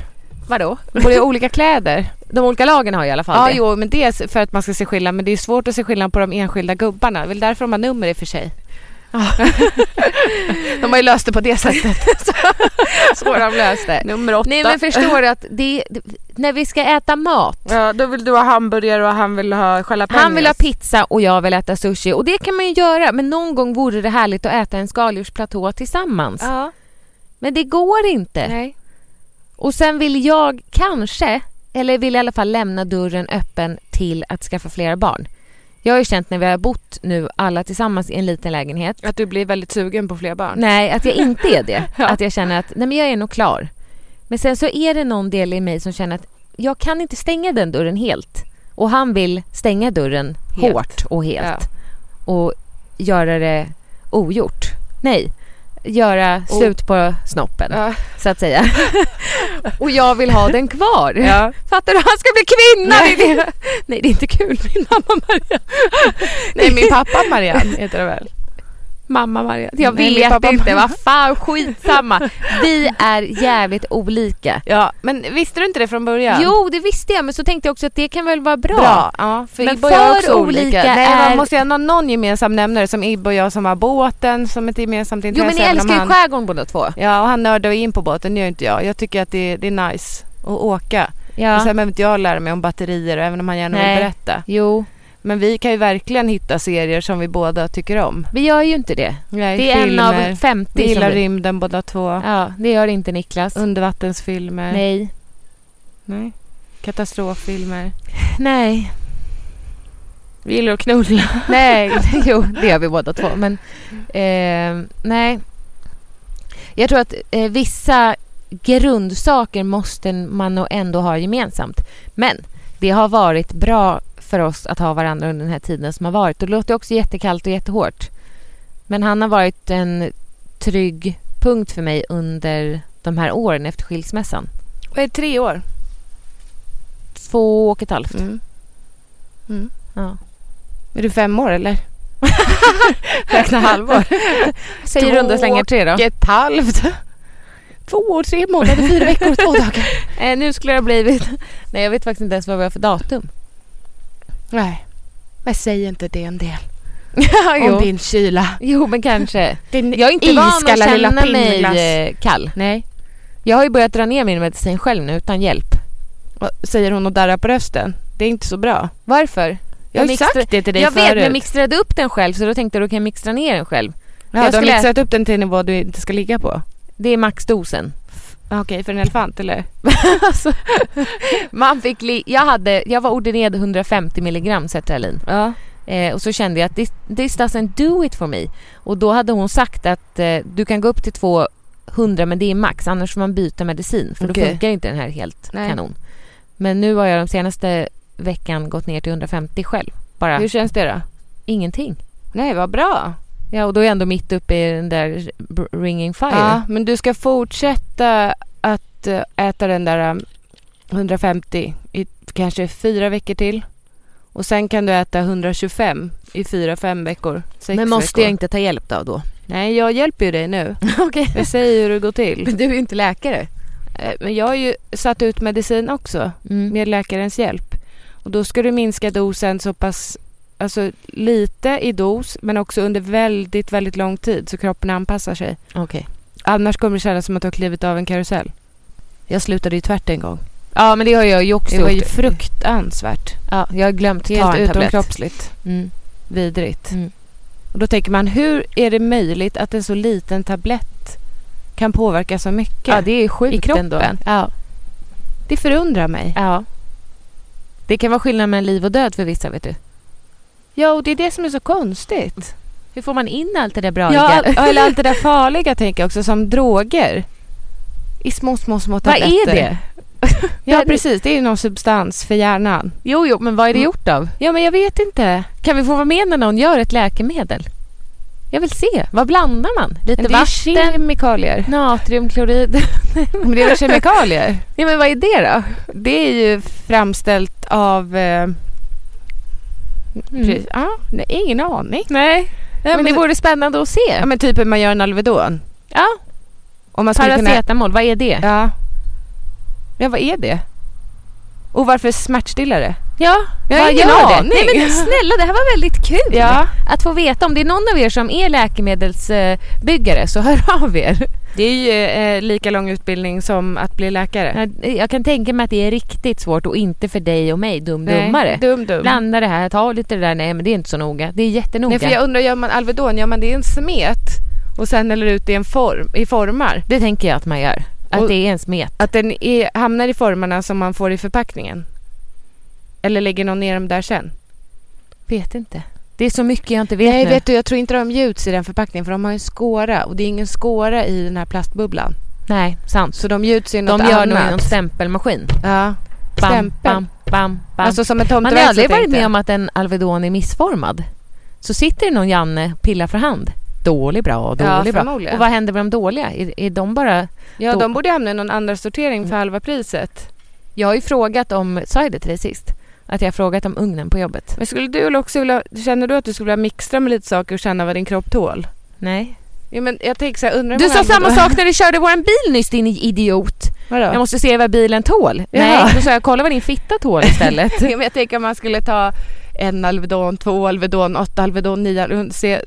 Vadå? De borde ju ha olika kläder. De olika lagen har i alla fall Ja, det. jo, men det är för att man ska se skillnad. Men det är svårt att se skillnad på de enskilda gubbarna. Det är väl därför de har nummer i och för sig. de har ju löst det på det sättet. Så har de löst det. nummer åtta. Nej men förstår du att det, det, när vi ska äta mat Ja, då vill du ha hamburgare och han vill ha jalapenos. Han vill ha pizza och jag vill äta sushi och det kan man ju göra men någon gång vore det härligt att äta en skaldjursplatå tillsammans. Ja, Men det går inte. nej. Och sen vill jag kanske, eller vill i alla fall lämna dörren öppen till att skaffa flera barn. Jag har ju känt när vi har bott nu alla tillsammans i en liten lägenhet, Att du blir väldigt sugen på fler barn. nej att jag inte är det. Ja. Att jag känner att nej men jag är nog klar. Men sen så är det någon del i mig som känner att jag kan inte stänga den dörren helt. Och han vill stänga dörren Helt. hårt och helt. Ja. och göra det ogjort. Nej, göra O- slut på snoppen Ja. så att säga. och jag vill ha den kvar. Ja. Fattar du? Han ska bli kvinna! Nej. Det är det. Nej, det är inte kul. Min mamma Maria. Nej, min pappa Marianne heter det väl? mamma varje... Jag Nej, min vet pappa- inte, vad fan skitsamma. Vi är jävligt olika. Ja, men visste du inte det från början? Jo, det visste jag men så tänkte jag också att det kan väl vara bra. Bra. Ja, för Men Ibbo och jag är för också olika. olika Nej, är- man måste ju ändå ha någon gemensam nämnare som Ibbo och jag som har båten som ett gemensamt intresse. Jo men ni även om älskar ju han... skärgården båda två. Ja, och han nördar ju in på båten, det gör inte jag. Jag tycker att det, det är nice att åka. Ja. Och sen behöver inte jag lära mig om batterier även om han gärna Nej. vill berätta. Jo, Men vi kan ju verkligen hitta serier som vi båda tycker om. vi gör ju inte det. Nej, Det är en filmer. av 50 Vi som gillar vi- rymden båda två. Ja, det gör inte Niklas. Undervattensfilmer. Nej. Nej. Katastroffilmer. Nej. Vi gillar att knulla. Nej, jo det gör vi båda två. Men eh, nej. Jag tror att eh, vissa grundsaker måste man nog ändå ha gemensamt. Men det har varit bra för oss att ha varandra under den här tiden som har varit. Och det låter också jättekallt och jättehårt. Men han har varit en trygg punkt för mig under de här åren efter skilsmässan. Vad är det, tre år? Två och ett halvt. Mm. Mm. Ja. Är du fem år eller? Räkna halvår. Säger Två runda slängar tre då. Och ett halvt. Två år, tre månader, fyra veckor och två dagar. Eh, nu skulle det ha blivit... Nej, jag vet faktiskt inte ens vad vi har för datum. Nej, men säg inte det en del. jo. Om din kyla. jo, men kanske. Din Jag är inte van att iskalla lilla känna mig pinnglass. eh, kall. Nej. Jag har ju börjat dra ner min medicin själv nu utan hjälp. Vad Säger hon och darrar på rösten. Det är inte så bra. Varför? Jag har ju mixtra- sagt det till dig Jag förut. vet, men jag mixtrade upp den själv så då tänkte jag då kan jag mixtra ner den själv. ja, jag du har skulle- mixat upp den till en nivå du inte ska ligga på. Det är maxdosen. Okej, för en elefant eller? Alltså, Man fick li- jag, hade, jag var ordinerad 150 milligram sertralin. Ja. Eh, och så kände jag att this, this doesn't do it for me. Och då hade hon sagt att eh, du kan gå upp till 200 men det är max annars får man byta medicin för då Okej. funkar inte den här helt Nej. kanon. Men nu har jag de senaste veckan gått ner till 150 själv. Bara Hur känns det då? ingenting. Nej, vad bra. Ja och då är jag ändå mitt uppe i den där b- ringing fire. Ja, men du ska fortsätta att eh, äta den där um, 150 i kanske fyra veckor till. Och sen kan du äta 125 i fyra, fem veckor. Sex men måste veckor. jag inte ta hjälp av då? Nej, jag hjälper ju dig nu. Okej. Jag säger hur det går till. Men du är ju inte läkare. Eh, Men jag har ju satt ut medicin också Mm. med läkarens hjälp. Och då ska du minska dosen så pass alltså, lite i dos men också under väldigt, väldigt lång tid så kroppen anpassar sig. Okej. Annars kommer det kännas som att du har klivit av en karusell. Jag slutade ju tvärt en gång. Ja men det har jag ju också Det var ju gjort. fruktansvärt. Ja, jag har glömt ta Helt en tablett. utomkroppsligt. Mm. Vidrigt. Mm. Och då tänker man, hur är det möjligt att en så liten tablett kan påverka så mycket? Ja, det är sjukt I kroppen. ändå. Ja. Det förundrar mig. ja. Det kan vara skillnad mellan liv och död för vissa, vet du. Ja, och det är det som är så konstigt. Hur får man in allt det där bra? Ja, all- eller allt det där farliga tänker jag också, som droger. I små, små, små vad tabletter. är det? Ja, det- precis. Det är ju någon substans för hjärnan. Mm. Jo, jo, men vad är det gjort av? Ja, men jag vet inte. Kan vi få vara med när någon gör ett läkemedel? Jag vill se. Vad blandar man? Lite Men det är ju vatten? kemikalier. Natriumklorid? Men det är väl kemikalier? ja, men vad är det då? Det är ju framställt av... Eh, Mm. Precis. Ja, nej, ingen aning. Nej, Ja, men, det vore spännande att se. ja, men typ hur man gör en Alvedon. Ja, Om man skulle kunna, paracetamol, vad är det? ja. ja, vad är det? Och varför smärtstillare? Ja, Jag har vad ingen gör det? aning. Nej, men snälla, det här var väldigt kul. Ja. Att få veta om det är någon av er som är läkemedelsbyggare så hör av er. Det är ju eh, lika lång utbildning som att bli läkare. Jag kan tänka mig att det är riktigt svårt och inte för dig och mig dumdummare. Nej, Eh, Dum, dum. Blanda det här, ta lite det där, nej men det är inte så noga. Det är jättenoga. Nej, för jag undrar, gör man Alvedon, gör man det i en smet och sen häller ut det i en form, i formar? Det tänker jag att man gör. Att Och- det är en smet. Att den är, hamnar i formarna som man får i förpackningen? Eller lägger någon ner dem där sen? Vet inte. Det är så mycket jag inte vet Nej, nu. vet du, jag tror inte de gjuts i den förpackningen för de har en skåra och det är ingen skåra i den här plastbubblan. Nej, sant. Så de gjuts i något De gör nog i annat. någon stämpelmaskin. Ja. Bam, Stämpel. bam, bam, bam. Alltså som en Man har tomteverkstad aldrig varit tänkte med jag. om att en Alvedon är missformad. Så sitter det någon Janne och pillar för hand. Dålig bra, dålig bra. förmodligen. Och vad händer med de dåliga? Är, är de bara... Ja, Då- de borde hamna i någon andra sortering för halva priset. Jag har ju frågat om, sa jag det till dig sist? Att jag har frågat om ugnen på jobbet. Men skulle du också vilja, känner du att du skulle vilja mixtra med lite saker och känna vad din kropp tål? Nej. Ja, men jag tänker så här, undrar hur Du många sa samma andra- sak när du körde våran bil nyss din idiot. Vadå? Jag måste se vad bilen tål. Jaha. Nej, då sa jag kolla vad din fitta tål istället. Ja, men jag tänker om man skulle ta en Alvedon, två Alvedon, åtta Alvedon, nio Alvedon, se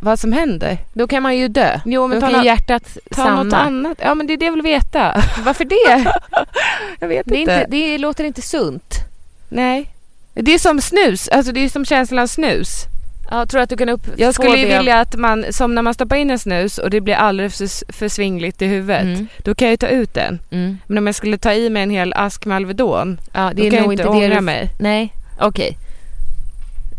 vad som händer. Då kan man ju dö. Jo, Då men ta, kan nå- ju hjärtat ta något samma. annat. Ja, men det är det jag vill veta. Varför det? Jag vet Det, är inte. inte, det låter inte sunt. Nej. Det är som snus, alltså det är som känslan av snus. Ja, tror att du kan upp Jag få skulle ju det av- vilja att man, som när man stoppar in en snus och det blir alldeles för, för svingligt i huvudet, Mm. då kan jag ju ta ut den. Mm. Men om jag skulle ta i mig en hel ask med Alvedon, Ja, det då kan är jag nog inte inte det ångra du... mig. Nej, okej.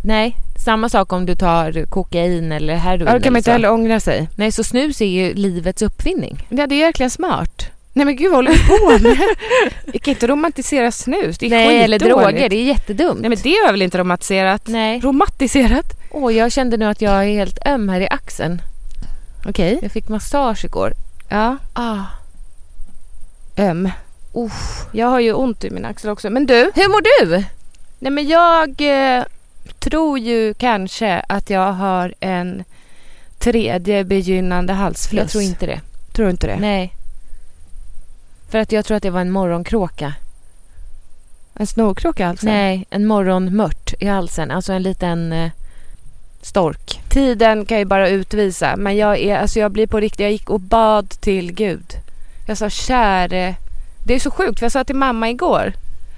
Nej, samma sak om du tar kokain eller heroin. Ja, då kan eller man inte så. heller ångra sig. Nej, så snus är ju livets uppfinning. Ja, det är verkligen smart. Nej men gud vad håller vi på med? Vi kan inte romantisera snus, det är Nej, eller skitdåligt. droger. Det är jättedumt. Nej men det är väl inte romantiserat? Nej. Romantiserat? Åh, jag kände nu att jag är helt öm här i axeln. Okej. Jag fick massage igår. Ja. Ah, Öm. uff. Jag har ju ont i min axel också. Men du, Hur mår du? Nej men jag eh, tror ju kanske att jag har en tredje begynnande halsfluss. Jag tror inte det. Tror du inte det? Nej. För att jag tror att det var en morgonkråka. En snorkråka alltså? Nej, en morgonmört i halsen. Alltså en liten eh, stork. Tiden kan ju bara utvisa. Men jag är, alltså jag blir på riktigt, jag gick och bad till Gud. Jag sa käre, det är så sjukt för jag sa till mamma igår.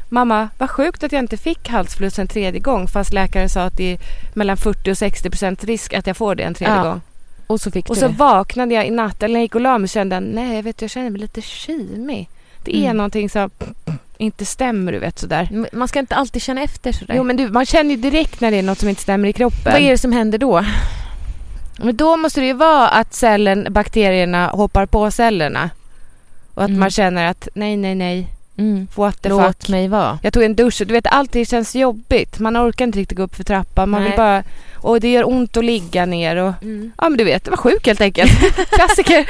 Mamma, vad sjukt att jag inte fick halsfluss en tredje gång fast läkare sa att det är mellan 40 och 60 procent risk att jag får det en tredje Ja. gång. Och så fick Och du så det. vaknade jag i natt, eller när jag gick och la mig och kände nej jag vet jag känner mig lite kymig. Det är Mm. någonting som inte stämmer du vet sådär. Men Man ska inte alltid känna efter sådär. Jo men du, man känner ju direkt när det är något som inte stämmer i kroppen. Vad är det som händer då? Men då måste det ju vara att cellen, bakterierna hoppar på cellerna. Och att Mm. man känner att nej, nej, nej, what the Låt Mm. fuck. mig vara. Jag tog en dusch och du vet allting känns jobbigt. Man orkar inte riktigt gå upp för trappan. Man vill Nej. Mm. bara, och det gör ont att ligga ner och Ja men du vet, jag var sjuk helt enkelt. Klassiker.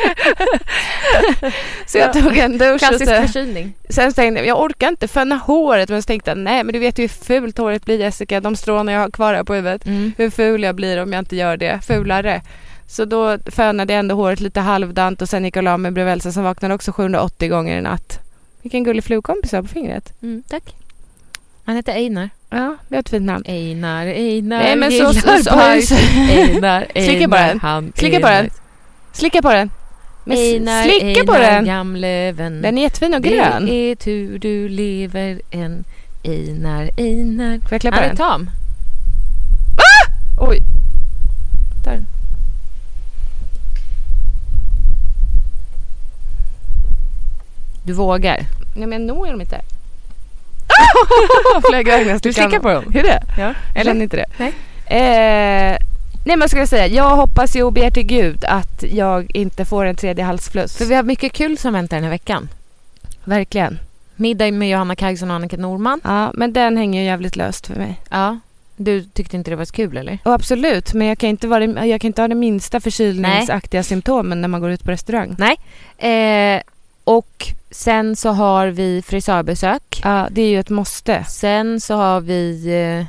så jag tog en dusch och Klassisk så, förkylning. sen tänkte jag, jag orkar inte föna håret men så tänkte jag nej men du vet ju hur fult håret blir Jessica, de stråna jag har kvar här på huvudet. Hur ful jag blir om jag inte gör det, fulare. Så då fönade jag ändå håret lite halvdant och sen gick jag och la mig bredvid Elsa som vaknade också 780 gånger i natt. Vilken gullig flugkompis jag har på fingret. Mm, Tack. Han heter Einar. Ja, det är ett fint namn. Einar, Einar Nej, men så- gillar så- så- bajs. så- Einar, Einar, Slicka på den. Han, Slicka på Einar. den. Slicka på den. Men s- Einar, slicka Einar, på den. Gamlöven. Den är jättefin och grön. Det är tur du lever än. Einar, Einar. Får jag klappa Han den? är tam. Oj. Där. är den. Du vågar. Nej men jag når dem inte. Flög iväg när Ah! jag Du slickade slickar på dem. Hur det? Ja. Eller inte det? Nej. Eh, nej men ska jag säga, jag hoppas ju och ber till gud att jag inte får en tredje halsfluss. För vi har mycket kul som väntar den här veckan. Verkligen. Middag med Johanna Kajson och Annika Norman. Ja men den hänger ju jävligt löst för mig. Ja. Du tyckte inte det var så kul eller? Och absolut, men jag kan inte, vara, det- jag kan inte ha den minsta förkylningsaktiga symptomen när man går ut på restaurang. Eh, och sen så har vi frisörbesök. Ja, det är ju ett måste. Sen så har vi... Eh,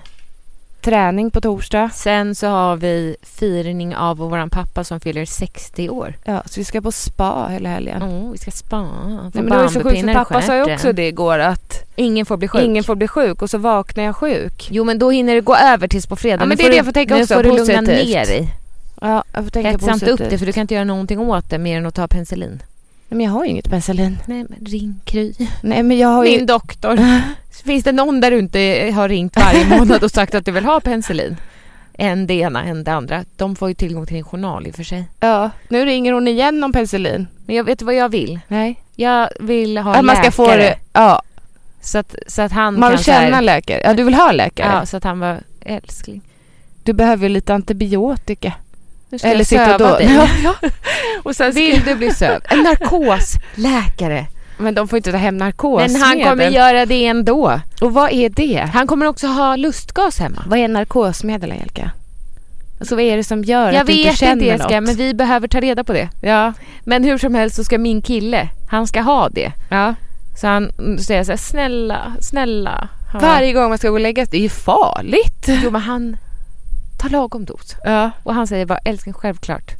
Träning på torsdag. sen så har vi firning av våran pappa som fyller 60 år. Ja, så vi ska på spa hela helgen. Åh, vi ska spa. Nej, men det var ju så sjukt för pappa sa ju också det igår att Ingen får bli sjuk. ingen får bli sjuk och så vaknar jag sjuk. Jo men då hinner det gå över tills på fredag. Ja, Nu men det är får det du- jag får tänka nu också, får du lugna positivt. ner dig. Ja, jag får tänka Hetsa inte upp positivt. det för du kan inte göra någonting åt det mer än att ta penicillin. Nej, Men jag har ju inget penicillin. Nej men ring Kry. Nej men jag har ju... Min doktor. Finns det någon där du inte har ringt varje månad och sagt att du vill ha penicillin? En det ena, en det andra. De får ju tillgång till din journal i och för sig. Ja, nu ringer hon igen om penicillin. Men jag vet vad jag vill. Nej. Jag vill ha Att man ska få läkare. det. Ja, Så att, så att han man kan vill så känna här, läkare. Ja, du vill ha läkare. Ja, så att han var älskling. Du behöver ju lite antibiotika. Nu ska Eller jag sitta söva då. dig. Ja. Och sen ska... Vill du bli sövd? En narkosläkare. Men de får inte ta hem narkosmedel. Men han kommer göra det ändå. Och vad är det? Han kommer också ha lustgas hemma. Vad är narkosmedel, Angelica? Alltså vad är det som gör Jag att du inte vet känner inte Jessica, något? men vi behöver ta reda på det. Ja. Men hur som helst så ska min kille, han ska ha det. ja. Så han mm, säger så här, snälla, snälla. ha." Varje gång man ska gå och lägga sig, det är ju farligt. Jo men han tar lagom dos. Ja. Och han säger bara, älskling självklart.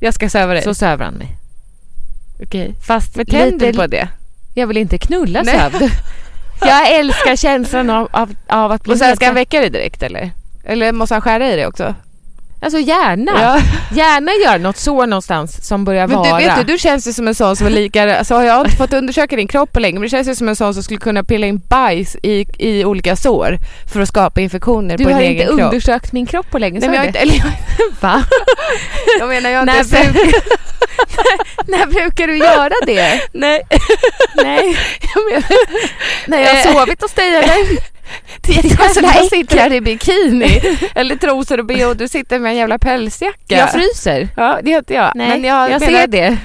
Jag ska söva dig. Så söver han mig. Okej. Fast Med tänder lite, på det. jag vill inte knulla Nej. sövd. Jag älskar känslan av, av, av att bli Och sen ska han nedsövd. väcka dig direkt eller? Eller måste han skära i dig också? Alltså gärna. Gärna gör något så någonstans som börjar Men du, vara. vet du, du känns ju som en sån som är lika, alltså jag har inte fått undersöka din kropp på länge men du känns ju som en sån som skulle kunna pilla in bajs i, i olika sår för att skapa infektioner Du på har din inte egen kropp. undersökt min kropp på länge, Nej, men jag har sa inte, du eller jag, det? Va? jag menar jag har När inte sett... När brukar du göra det? Nej. Nej. När jag har Eh. sovit hos dig eller? Det är jävla så där jag sitter äckligt. här i bikini eller trosor och bh och du sitter med en jävla pälsjacka. Jag fryser. ja, det heter jag. Nej, men jag, jag, menar ser att det.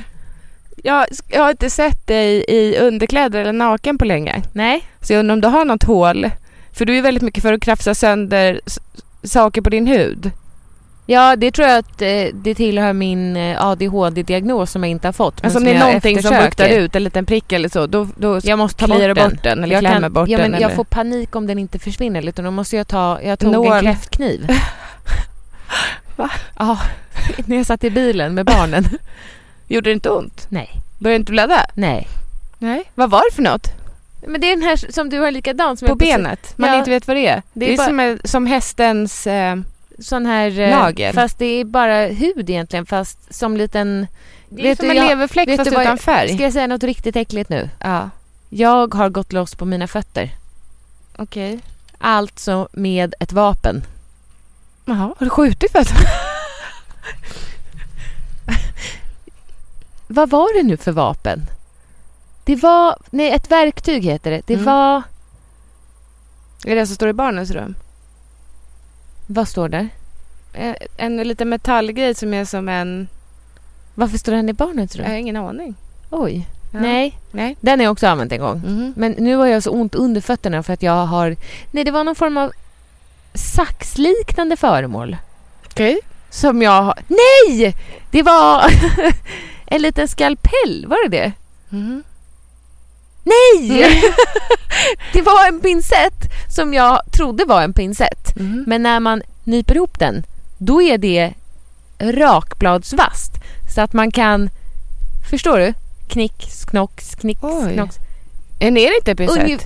Jag, jag har inte sett dig i underkläder eller naken på länge. Nej. Så jag undrar om du har något hål? För du är väldigt mycket för att krafsa sönder s- saker på din hud. Ja, det tror jag att eh, det tillhör min eh, ADHD-diagnos som jag inte har fått. men Alltså om det är jag någonting som eftersöker. buktar ut, en liten prick eller så, då, då Jag måste ta Alltså, bort kliar du den. bort den eller Jag kan- klämmer bort ja, men den. Jag eller? får panik om den inte försvinner utan då måste jag ta, jag tog Nål. en kräftkniv. Va? Ja, när jag satt i bilen med barnen. Gjorde det inte ont? Nej. Började inte blöda? Nej. Nej. Vad var det för något? Men det är den här som du har likadan som På jag precis- benet? Man Ja, inte vet vad det är? Det är, är bara- som, eh, som hästens... Eh, Sån här... eh, Lager. Fast det är bara hud egentligen fast som liten... det är Vet som du, en jag- leverfläck vet fast du vad- utan färg. Ska jag säga något riktigt äckligt nu? Ja, Jag har gått loss på mina fötter. okej. Alltså med ett vapen. Jaha, har du skjutit fötterna? Vad var det nu för vapen? Det var... Nej, ett verktyg heter det. Det Mm. var... Är det det som står i barnens rum? Vad står där? Eh, En liten metallgrej som är som en... Varför står den i barnets Jag rum? har ingen aning. Oj. Ja. Nej. Nej. Den har jag också använt en gång. Mhm. Men nu har jag så ont under fötterna för att jag har... Nej, det var någon form av saxliknande föremål. Okej. Som jag har... Nej! Det var en liten skalpell, var det det? Mhm. Nej! Mm. det var en pinsett som jag trodde var en pinsett. Mhm. Men när man nyper ihop den, då är det rakbladsvast. Så att man kan... Förstår du? Knick, knock, knick, Oj. knock. Men är det inte en pincett? Ungef-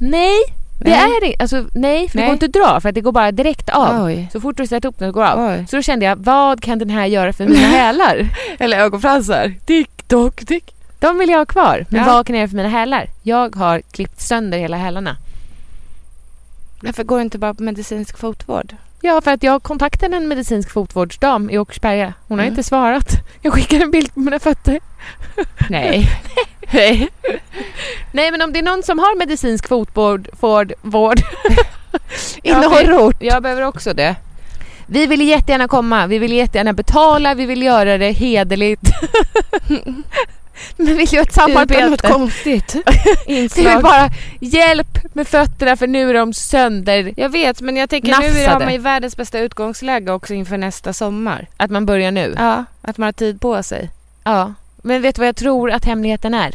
Nej, det Nej. är det Alltså nej, för Nej. det går inte att dra för att det går bara direkt av. Oj. Så fort du sätter ihop den så går det av. Oj. Så då kände jag, vad kan den här göra för mina hälar? Eller ögonfransar. Tick, tock, tick. De vill jag ha kvar. Men Ja. vad kan jag göra för mina hälar? Jag har klippt sönder hela hälarna. Varför går det inte bara på medicinsk fotvård? Ja, för att jag kontaktade en medicinsk fotvårdsdam i Åkersberga. Hon har Mm. inte svarat. Jag skickade en bild på mina fötter. Nej. Nej. Nej, men om det är någon som har medicinsk fotvård vård, vård i Ja, för- norrort. Jag behöver också det. Vi vill jättegärna komma. Vi vill jättegärna betala. Vi vill göra det hederligt. men vi vill ju ha ett Utan något samarbete. konstigt. Vi vill Inslag. bara hjälp med fötterna för nu är de sönder. Jag vet, men jag tänker nu Nafsade. har man ju världens bästa utgångsläge också inför nästa sommar. Att man börjar nu. Ja. Att man har tid på sig. Ja. Men vet du vad jag tror att hemligheten är?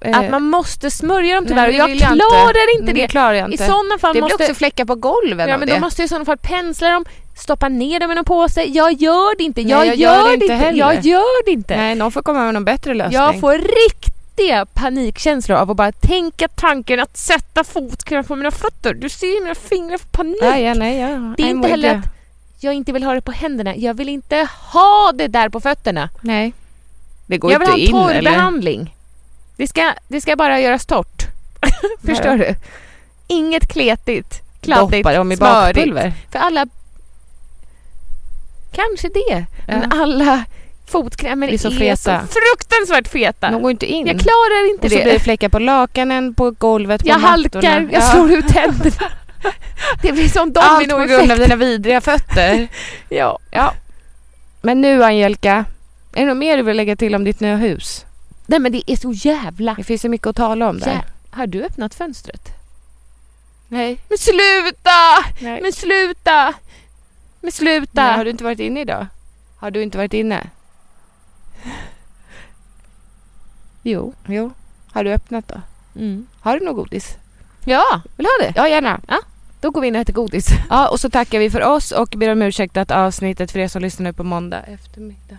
Eh, Att man måste smörja dem nej, tyvärr men och det jag vill jag inte. klarar inte, men det det. klarar jag I inte. sådana fall det blir måste... också fläckar på golven ja, av men det. då måste jag i sådana fall pensla dem, stoppa ner dem i någon påse. Jag gör det inte. Nej, Jag, jag gör, det inte. heller. Jag gör det inte. Nej, någon får komma med någon bättre lösning. jag får riktiga panikkänslor av att bara tänka tanken att sätta fotkräm på mina fötter. Du ser ju mina fingrar för panik. Ja, ja, nej, ja. Det är I'm inte with heller you. att jag inte vill ha det på händerna. Jag vill inte ha det där på fötterna. Nej. Det går jag vill inte ha en in eller? torrbehandling. Det ska, det ska bara göras torrt. Förstår du? Inget kletigt, kladdigt, Doppa dem i smörigt. bakpulver. För alla... Kanske det. Men Ja. alla fotkrämer Blir är så så, feta. fruktansvärt feta. De går inte in. Jag klarar inte och så det. blir det fläckar på lakanen, på golvet, på jag mattorna. halkar, jag slår ut tänderna. Det blir som Allt på grund av dominoeffekt. dina vidriga fötter. Ja. ja. Men nu Angelica, är det något mer du vill lägga till om ditt nya hus? Nej men det är så jävla... Det finns så mycket att tala om där. Jä- Har du öppnat fönstret? Nej. Men sluta! Nej. Men sluta! Men sluta! Nej, har du inte varit inne idag? Har du inte varit inne? Jo. Jo. Har du öppnat då? Mm. Har du något godis? Ja, vill du ha det? Ja, gärna. Då går vi in och äter godis. Ja, och så tackar vi för oss och ber om ursäkt att avsnittet för er som lyssnar nu på måndag eftermiddag